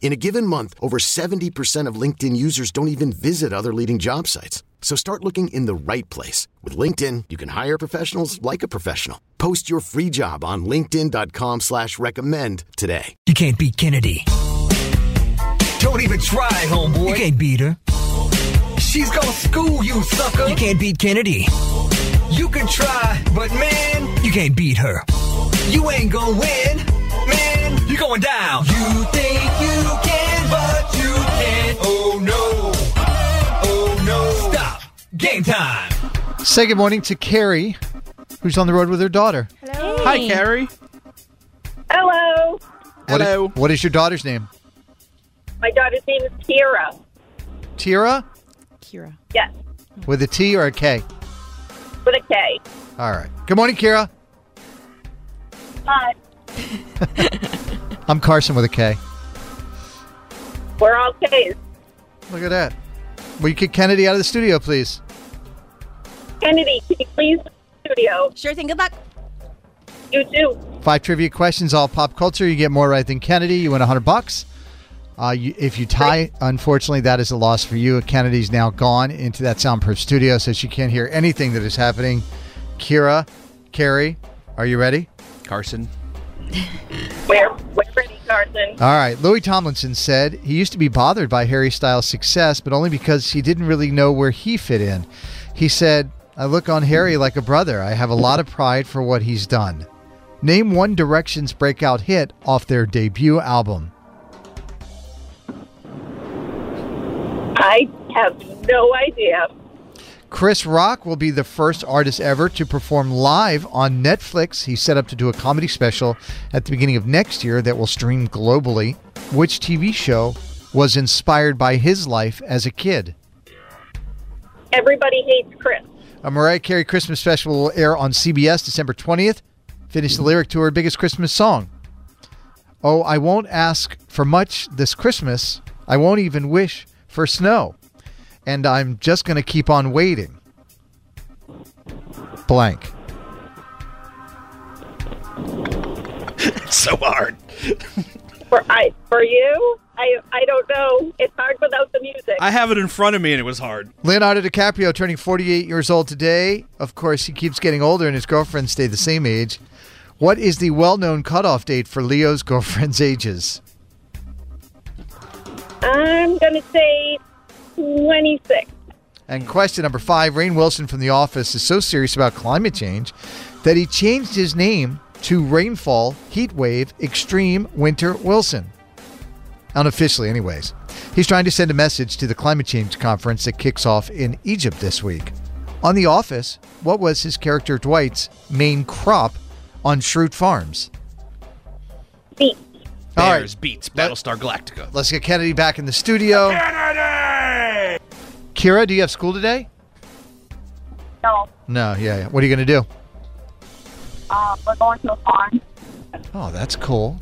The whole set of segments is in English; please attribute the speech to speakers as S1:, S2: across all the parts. S1: In a given month, over 70% of LinkedIn users don't even visit other leading job sites. So start looking in the right place. With LinkedIn, you can hire professionals like a professional. Post your free job on linkedin.com slash recommend today.
S2: You can't beat Kennedy.
S3: Don't even try, homeboy.
S2: You can't beat her.
S3: She's gonna school you, sucker.
S2: You can't beat Kennedy.
S3: You can try, but man,
S2: You can't beat her.
S3: you ain't gonna win. Man,
S2: You're going down.
S3: you think you can, but you can't. Oh no. Oh no.
S2: Stop. Game time.
S4: Say good morning to Carrie, who's on the road with her daughter.
S5: Hi, Carrie.
S6: Hello.
S4: What i-
S5: Hello.
S4: what is your daughter's name?
S6: My daughter's name is Kira.
S4: Tira
S7: Kira.
S6: Yes,
S4: with a T or a K?
S6: with a K.
S4: All right. Good morning, Kira.
S6: Hi.
S4: I'm Carson with a K.
S6: We're all Ks.
S4: Look at that. Will you kick Kennedy out of the studio, please?
S6: Kennedy, can you please studio?
S7: Sure thing. Good luck.
S6: You too.
S4: Five trivia questions, all pop culture. You get more right than Kennedy. You win 100 bucks. Uh, you, if you tie, unfortunately, that is a loss for you. Kennedy's now gone into that soundproof studio, so she can't hear anything that is happening. Kira, Carrie, are you ready?
S5: Carson.
S6: We're, we're ready, Carson.
S4: All right. Louis Tomlinson said he used to be bothered by Harry Styles' success, but only because he didn't really know where he fit in. He said, I look on Harry like a brother. I have a lot of pride for what he's done. Name One Direction's breakout hit off their debut album.
S6: I have no idea.
S4: Chris Rock will be the first artist ever to perform live on Netflix. He's set up to do a comedy special at the beginning of next year that will stream globally. Which TV show was inspired by his life as a kid?
S6: Everybody hates Chris.
S4: A Mariah Carey Christmas special will air on CBS December 20th. Finish the lyric to her biggest Christmas song. Oh, I won't ask for much this Christmas. I won't even wish for snow. And I'm just going to keep on waiting. Blank.
S5: so hard.
S6: For I for you, I I don't know. It's hard without the music.
S5: I have it in front of me and it was hard.
S4: Leonardo DiCaprio turning 48 years old today. Of course, he keeps getting older and his girlfriends stay the same age. What is the well known cutoff date for Leo's girlfriend's ages?
S6: I'm gonna say twenty six.
S4: And question number five Rain Wilson from The Office is so serious about climate change that he changed his name to Rainfall, Heatwave, Extreme, Winter Wilson. Unofficially, anyways. He's trying to send a message to the climate change conference that kicks off in Egypt this week. On The Office, what was his character Dwight's main crop on Shrewd Farms?
S6: Beat.
S4: All right.
S5: Bears beats Battlestar Galactica.
S4: Let's get Kennedy back in the studio. Kennedy! Kira, do you have school today?
S6: No.
S4: No, yeah. yeah. What are you going to do?
S6: Uh, we're going to a farm.
S4: Oh, that's cool.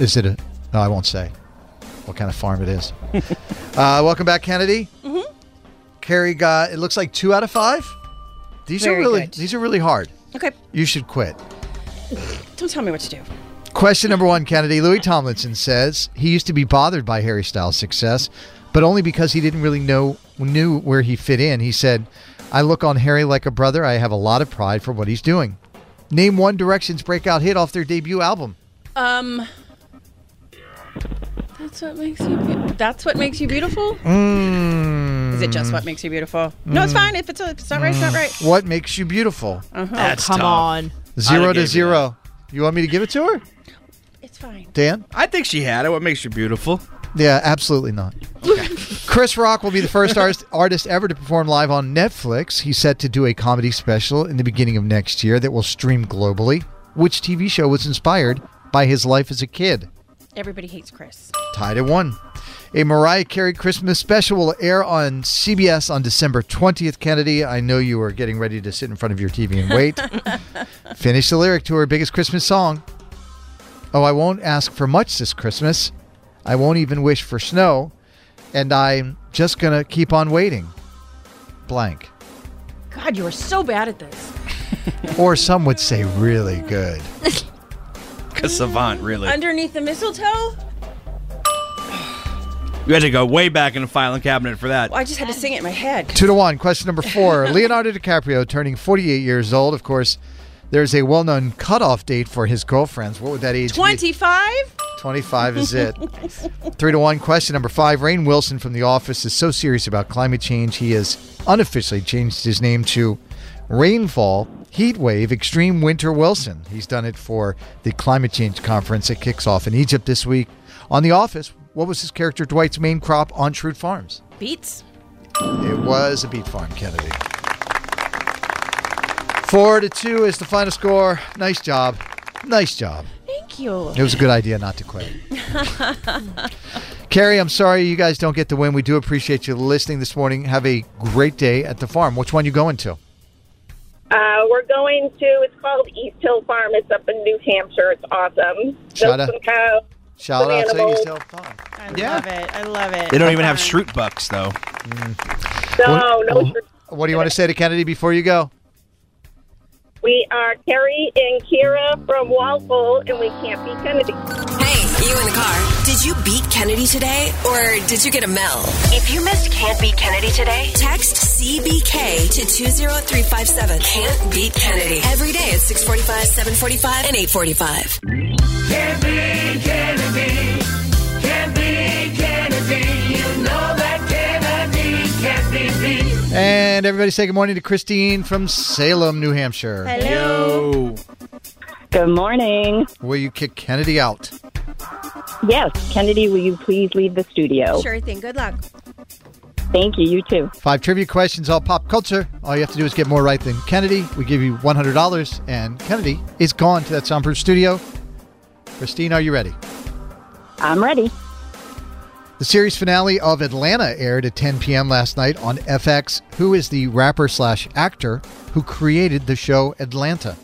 S4: Is it a? No, I won't say what kind of farm it is. uh, welcome back, Kennedy. Mm-hmm. Carrie got. It looks like two out of five. These are
S7: Very
S4: really.
S7: good.
S4: These are really hard.
S7: Okay.
S4: You should quit.
S7: Don't tell me what to do.
S4: Question number one, Kennedy. Louis Tomlinson says he used to be bothered by Harry Styles' success, but only because he didn't really know knew where he fit in. He said, "I look on Harry like a brother. I have a lot of pride for what he's doing." Name One Direction's breakout hit off their debut album.
S7: Um. That's what makes you. Be- that's what makes you beautiful.
S5: Mm.
S7: Is it just what makes you beautiful? No, it's fine. If it's, if it's not right, it's not right.
S4: What makes you beautiful?
S7: Uh-huh.
S5: Mm. That's
S7: Come
S5: tough.
S7: on.
S4: Zero
S5: gave
S4: to
S5: you
S4: zero. You want me to give it to her?
S7: It's fine.
S4: Dan?
S5: I think she had it. What makes you beautiful?
S4: Yeah, absolutely not. Chris Rock will be the first artist, artist ever to perform live on Netflix. He's set to do a comedy special in the beginning of next year that will stream globally. Which TV show was inspired by his life as a kid?
S7: Everybody hates Chris.
S4: Tied at one. A Mariah Carey Christmas special will air on CBS on December 20th. Kennedy, I know you are getting ready to sit in front of your TV and wait. Finish the lyric to her biggest Christmas song. Oh, I won't ask for much this Christmas. I won't even wish for snow. And I'm just going to keep on waiting. Blank.
S7: God, you are so bad at this.
S4: Or some would say really good.
S5: Because Savant, really.
S7: Underneath the mistletoe?
S5: you had to go way back in the filing cabinet for that.
S7: Well, I just had to sing it in my head.
S4: Two to one. Question number four. Leonardo DiCaprio turning 48 years old. Of course, there's a well known cutoff date for his girlfriends. What would that age be?
S7: 25?
S4: 25 is it. Three to one. Question number five. Rain Wilson from The Office is so serious about climate change, he has unofficially changed his name to Rainfall Heat Wave Extreme Winter Wilson. He's done it for the climate change conference that kicks off in Egypt this week. On The Office, what was his character Dwight's main crop on Shrewd Farms?
S7: Beats?
S4: It was a beet farm, Kennedy. Four to two is the final score. Nice job. Nice job.
S7: Thank you.
S4: It was a good idea not to quit. Carrie, I'm sorry you guys don't get the win. We do appreciate you listening this morning. Have a great day at the farm. Which one you going to?
S6: Uh, we're going to, it's called East Hill Farm. It's up in New Hampshire. It's awesome.
S4: Shout
S6: Milk
S4: out-
S6: some cows.
S4: Shout
S6: Some
S4: out to
S6: animals.
S4: East Hill Farm.
S7: I
S5: Yeah.
S7: love it. I love it.
S5: they don't even have
S7: Fine.
S5: shroot bucks, though.
S6: No, no.
S4: What- What do you want to say to Kennedy before you go?
S6: We are Carrie and Kira from Walpole, and we can't be Kennedy.
S8: Hey, you in the car. Did you beat Kennedy today or did you get a Mel? If you missed Can't Beat Kennedy today, text CBK to 20357. Can't Beat Kennedy. Every day at 645, 745, and 845.
S3: Can't be Kennedy. Can't be Kennedy. You know that Kennedy can't be beat.
S4: And everybody say good morning to Christine from Salem, New Hampshire,
S7: Hello.
S6: Good morning.
S4: where you kick Kennedy out.
S6: Yes, Kennedy, will you please leave the studio?
S7: Sure thing. Good luck.
S6: Thank you. You too.
S4: Five trivia questions, all pop culture. All you have to do is get more right than Kennedy. We give you $100, and Kennedy is gone to that soundproof studio. Christine, are you ready?
S6: I'm ready.
S4: The series finale of Atlanta aired at 10 p.m. last night on FX. Who is the rapper slash actor who created the show Atlanta?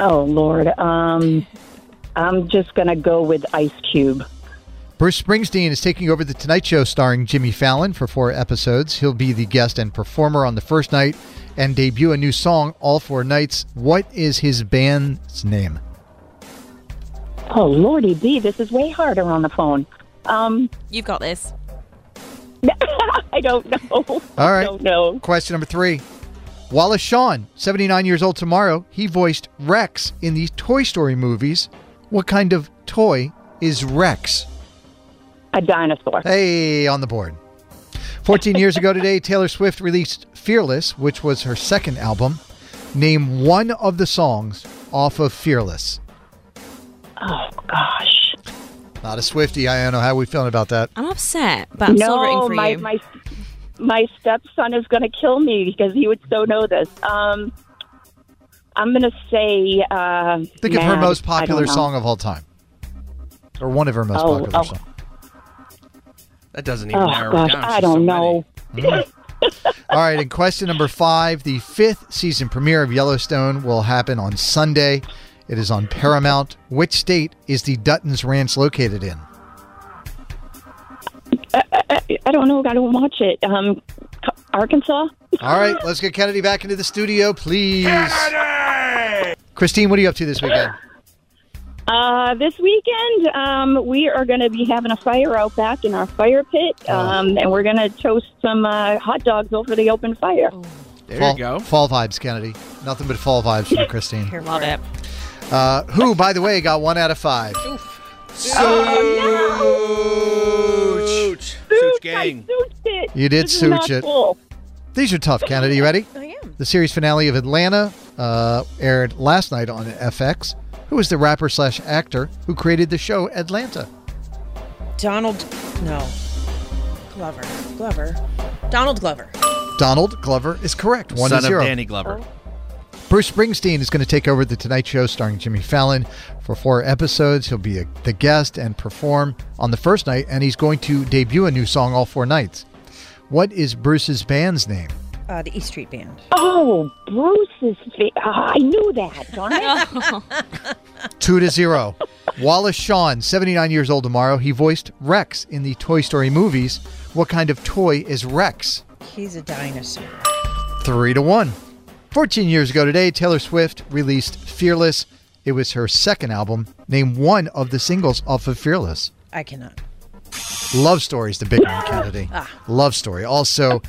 S6: Oh, Lord. Um, I'm just going to go with Ice Cube.
S4: Bruce Springsteen is taking over The Tonight Show starring Jimmy Fallon for four episodes. He'll be the guest and performer on the first night and debut a new song all four nights. What is his band's name?
S6: Oh, Lordy B, this is way harder on the phone. Um,
S7: You've got this.
S6: I don't know. All
S4: All
S6: I
S4: right.
S6: don't know.
S4: Question number three. Wallace Shawn, 79 years old tomorrow, he voiced Rex in the Toy Story movies. What kind of toy is Rex?
S6: A dinosaur.
S4: Hey, on the board. 14 years ago today, Taylor Swift released Fearless, which was her second album. Name one of the songs off of Fearless.
S6: Oh, gosh.
S4: Not a Swifty. I don't know how we feeling about that.
S8: I'm upset, but I'm still rooting
S6: no,
S8: for
S6: my,
S8: you.
S6: my my stepson is going to kill me because he would so know this. Um, I'm going to say. Uh,
S4: Think of her
S6: Mad.
S4: most
S6: I don't
S4: popular
S6: know.
S4: song of all time, or one of her most
S6: Oh,
S4: popular
S6: oh.
S4: songs.
S5: That doesn't even
S6: Oh
S5: narrow
S6: gosh,
S5: it down.
S6: I
S5: She's so
S6: don't
S5: many.
S6: know.
S4: All right, and question number five. The fifth season premiere of Yellowstone will happen on Sunday. It is on Paramount. Which state is the Duttons Ranch located in?
S6: I don't know. I don't watch it. Um, C- Arkansas.
S4: All right, let's get Kennedy back into the studio, please. Christine, what are you up to this weekend?
S6: Uh, this weekend, um, we are going to be having a fire out back in our fire pit, um, and we're going to toast some uh, hot dogs over the open fire.
S5: There
S4: fall,
S5: you go.
S4: Fall vibes, Kennedy. Nothing but fall vibes from Christine.
S8: Love it.
S4: Uh, who, by the way, got one out of five.
S5: Sooch. Sooch
S6: I
S5: gang.
S6: sooched it.
S4: You did
S6: This is not
S4: sooch it.
S6: cool.
S4: These are tough, Kennedy. You ready?
S7: I am.
S4: The series finale of Atlanta uh, aired last night on FX. who is the rapper slash actor who created the show Atlanta.
S9: Donald. No. Glover. Glover. Donald Glover.
S4: Donald Glover is correct. One
S5: Son
S4: to zero.
S5: of Danny Glover.
S4: Bruce Springsteen is going to take over the Tonight Show starring Jimmy Fallon for four episodes. He'll be a, the guest and perform on the first night, and he's going to debut a new song all four nights. What is Bruce's band's name?
S9: Uh, the East Street Band.
S6: Oh, Bruce's face. Ah, I knew that, darn it.
S4: Two to zero. Wallace Shawn, 79 years old tomorrow. He voiced Rex in the Toy Story movies. What kind of toy is Rex?
S9: He's a dinosaur.
S4: Three to one. 14 years ago today, Taylor Swift released Fearless. It was her second album. Name one of the singles off of Fearless.
S9: I cannot.
S4: Love Story is the big one, Kennedy. Love Story. Also,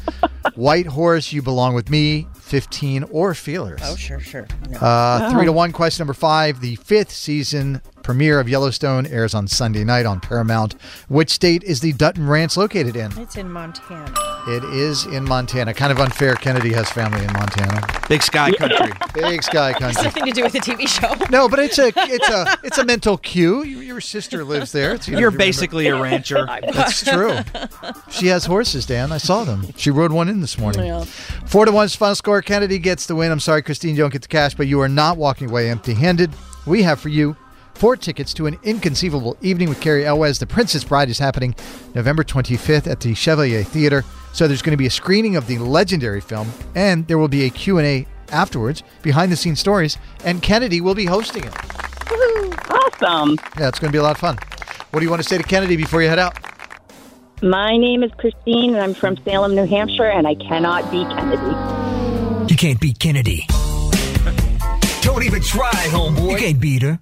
S4: White Horse, You Belong With Me, 15 or Feelers.
S9: Oh, sure, sure. No.
S4: Uh, Three to one, question number five. The fifth season premiere of Yellowstone airs on Sunday night on Paramount. Which state is the Dutton Ranch located in?
S9: It's in Montana.
S4: It is in Montana. Kind of unfair. Kennedy has family in Montana.
S5: Big Sky Country.
S4: Big sky country.
S9: Nothing to do with the TV show.
S4: No, but it's a it's a it's a mental cue. Your, your sister lives there. It's, you
S5: You're
S4: remember.
S5: basically a rancher.
S4: That's true. She has horses, Dan. I saw them. She rode one in this morning. Four to one's final score. Kennedy gets the win. I'm sorry, Christine, you don't get the cash, but you are not walking away empty handed. We have for you four tickets to an inconceivable evening with Carrie Elwes. The Princess Bride is happening November 25th at the Chevalier Theater. So there's going to be a screening of the legendary film, and there will be a Q&A afterwards, behind the scenes stories, and Kennedy will be hosting it.
S6: Awesome.
S4: Yeah, it's going to be a lot of fun. What do you want to say to Kennedy before you head out?
S6: My name is Christine, and I'm from Salem, New Hampshire, and I cannot be Kennedy.
S10: You can't beat Kennedy. Don't even try, homeboy. You can't beat her.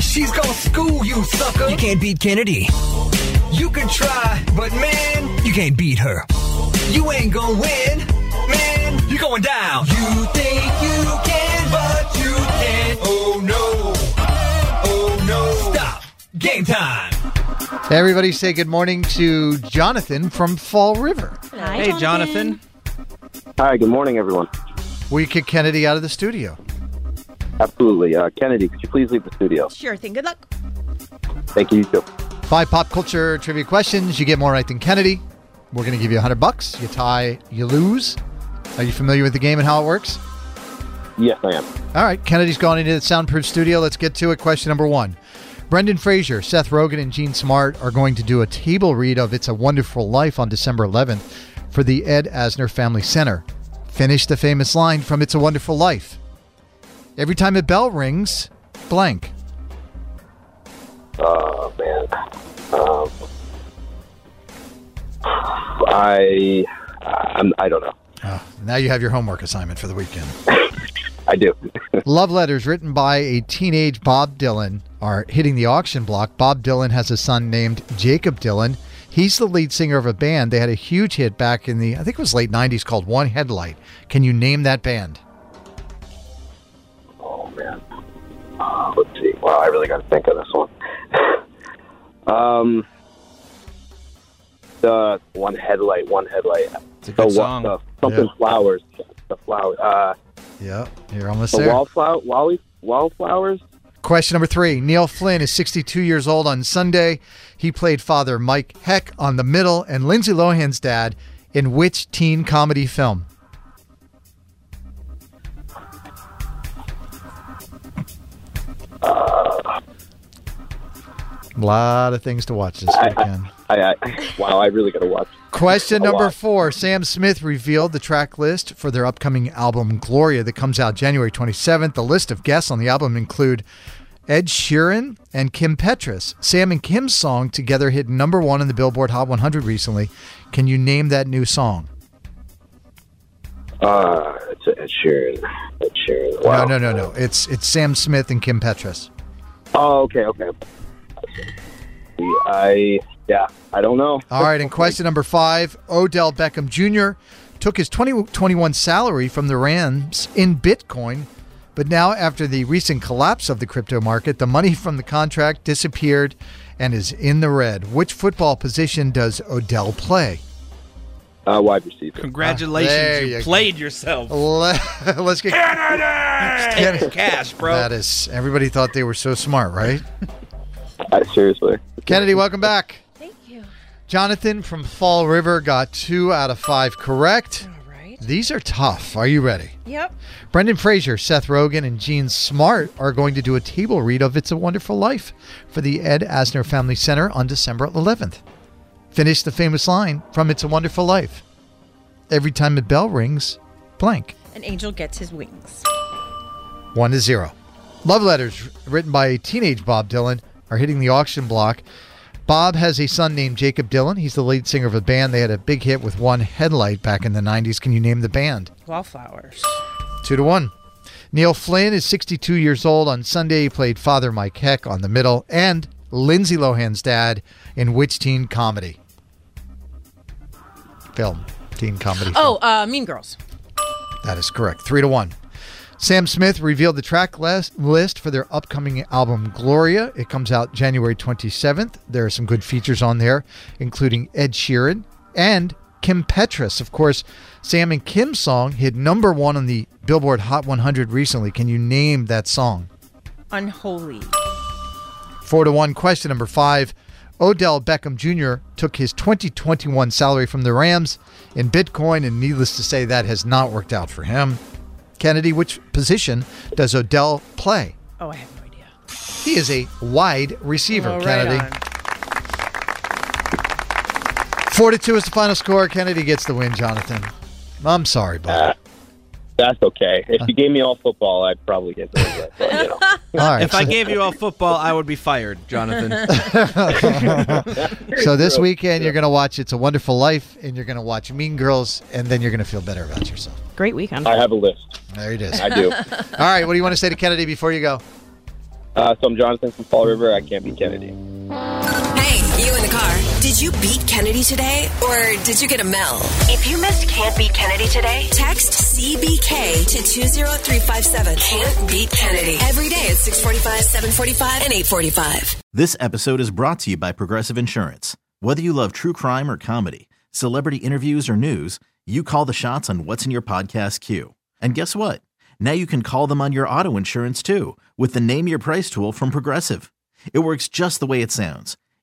S10: She's gonna school you, sucker. You can't beat Kennedy. You can try, but man, you can't beat her. You ain't gonna win, man. You're going down. You think you can, but you can't. Oh no. Oh no. Stop. Game time.
S4: Everybody say good morning to Jonathan from Fall River.
S5: Hey, Jonathan.
S11: Hi, good morning, everyone.
S4: We kick Kennedy out of the studio.
S11: Absolutely. Uh, Kennedy, could you please leave the studio?
S9: Sure thing. Good luck.
S11: Thank you. You too.
S4: Five pop culture trivia questions. You get more right than Kennedy. We're going to give you 100 bucks. You tie, you lose. Are you familiar with the game and how it works?
S11: Yes, I am.
S4: All right, Kennedy's gone into the soundproof studio. Let's get to it. Question number one. Brendan Fraser, Seth Rogen, and Gene Smart are going to do a table read of It's a Wonderful Life on December 11th for the Ed Asner Family Center. Finish the famous line from It's a Wonderful Life. Every time a bell rings, blank.
S11: Oh, man. Um, I, I'm, I don't know.
S4: Now you have your homework assignment for the weekend.
S11: I do.
S4: Love letters written by a teenage Bob Dylan are hitting the auction block. Bob Dylan has a son named Jacob Dylan. He's the lead singer of a band. They had a huge hit back in the, I think it was late 90s, called One Headlight. Can you name that band?
S11: oh, man. Uh, let's see. Wow, I really got to think of this one. um, the one headlight, one headlight.
S5: It's a
S11: the,
S5: good song.
S11: wa- the something
S4: Yeah.
S11: flowers. The flowers. Uh,
S4: Yep, you're almost
S11: the
S4: there.
S11: wallflower, wally, wallflowers.
S4: Question number three Neil Flynn is 62 years old on Sunday. He played father Mike Heck on The Middle and Lindsay Lohan's dad in which teen comedy film? A lot of things to watch this weekend.
S11: I, I, wow, I really got to watch.
S4: Question
S11: A
S4: number
S11: lot.
S4: four. Sam Smith revealed the track list for their upcoming album Gloria that comes out January 27th. The list of guests on the album include Ed Sheeran and Kim Petras. Sam and Kim's song together hit number one in the Billboard Hot 100 recently. Can you name that new song?
S11: Uh, it's Ed Sheeran. Ed Sheeran. Wow.
S4: No, no, no, no. It's it's Sam Smith and Kim Petras.
S11: Oh, okay, okay. I yeah, I don't know.
S4: All right, and question number five Odell Beckham Jr. took his 2021 salary from the Rams in Bitcoin, but now, after the recent collapse of the crypto market, the money from the contract disappeared and is in the red. Which football position does Odell play?
S12: Uh, wide receiver.
S5: Congratulations,
S4: There
S5: you,
S4: you
S5: played yourself.
S4: Let's get Kennedy!
S5: cash, bro.
S4: That is, everybody thought they were so smart, right?
S12: Uh, seriously.
S4: Kennedy, welcome back. Thank you. Jonathan from Fall River got two out of five correct. All right. These are tough. Are you ready?
S7: Yep.
S4: Brendan Fraser, Seth Rogen, and Gene Smart are going to do a table read of It's a Wonderful Life for the Ed Asner Family Center on December 11th. Finish the famous line from It's a Wonderful Life. Every time a bell rings, blank.
S7: An angel gets his wings.
S4: One to zero. Love letters written by teenage Bob Dylan are hitting the auction block. Bob has a son named Jacob Dylan. He's the lead singer of a band. They had a big hit with One Headlight back in the 90s. Can you name the band?
S7: Wallflowers.
S4: Two to one. Neil Flynn is 62 years old. On Sunday, he played Father Mike Heck on The Middle and Lindsay Lohan's dad in which teen comedy? Film. Teen comedy. film.
S7: Oh, uh, Mean Girls.
S4: That is correct. Three to one. Sam Smith revealed the track les- list for their upcoming album Gloria. It comes out January 27th. There are some good features on there, including Ed Sheeran and Kim Petras. Of course, Sam and Kim's song hit number one on the Billboard Hot 100 recently. Can you name that song?
S7: Unholy.
S4: Four to one. Question number five. Odell Beckham Jr. took his 2021 salary from the Rams in Bitcoin, and needless to say, that has not worked out for him. Kennedy, which position does Odell play?
S7: Oh, I have no idea.
S4: He is a wide receiver,
S7: Oh, right
S4: Kennedy.
S7: on.
S4: Four to two is the final score. Kennedy gets the win, Jonathan. I'm sorry, bud.
S12: That's okay. If you gave me all football, I'd probably get those. right, but, you know.
S4: All right.
S5: Uh, if I
S4: so-
S5: gave you all football, I would be fired, Jonathan.
S4: so this weekend you're going to watch It's a Wonderful Life, and you're going to watch Mean Girls, and then you're going to feel better about yourself.
S7: Great weekend.
S12: I have a list.
S4: There it is.
S12: I do.
S4: All right, what do you want to say to Kennedy before you go?
S12: Uh, so I'm Jonathan from Fall River. I can't be Kennedy.
S8: Hey, you in the car. Did you beat Kennedy today or did you get a Mel? If you missed Can't Beat Kennedy today, text CBK to 20357. Can't Beat Kennedy. Every day at 645, 745, and 845.
S10: This episode is brought to you by Progressive Insurance. Whether you love true crime or comedy, celebrity interviews or news, you call the shots on what's in your podcast queue. And guess what? Now you can call them on your auto insurance too with the Name Your Price tool from Progressive. It works just the way it sounds.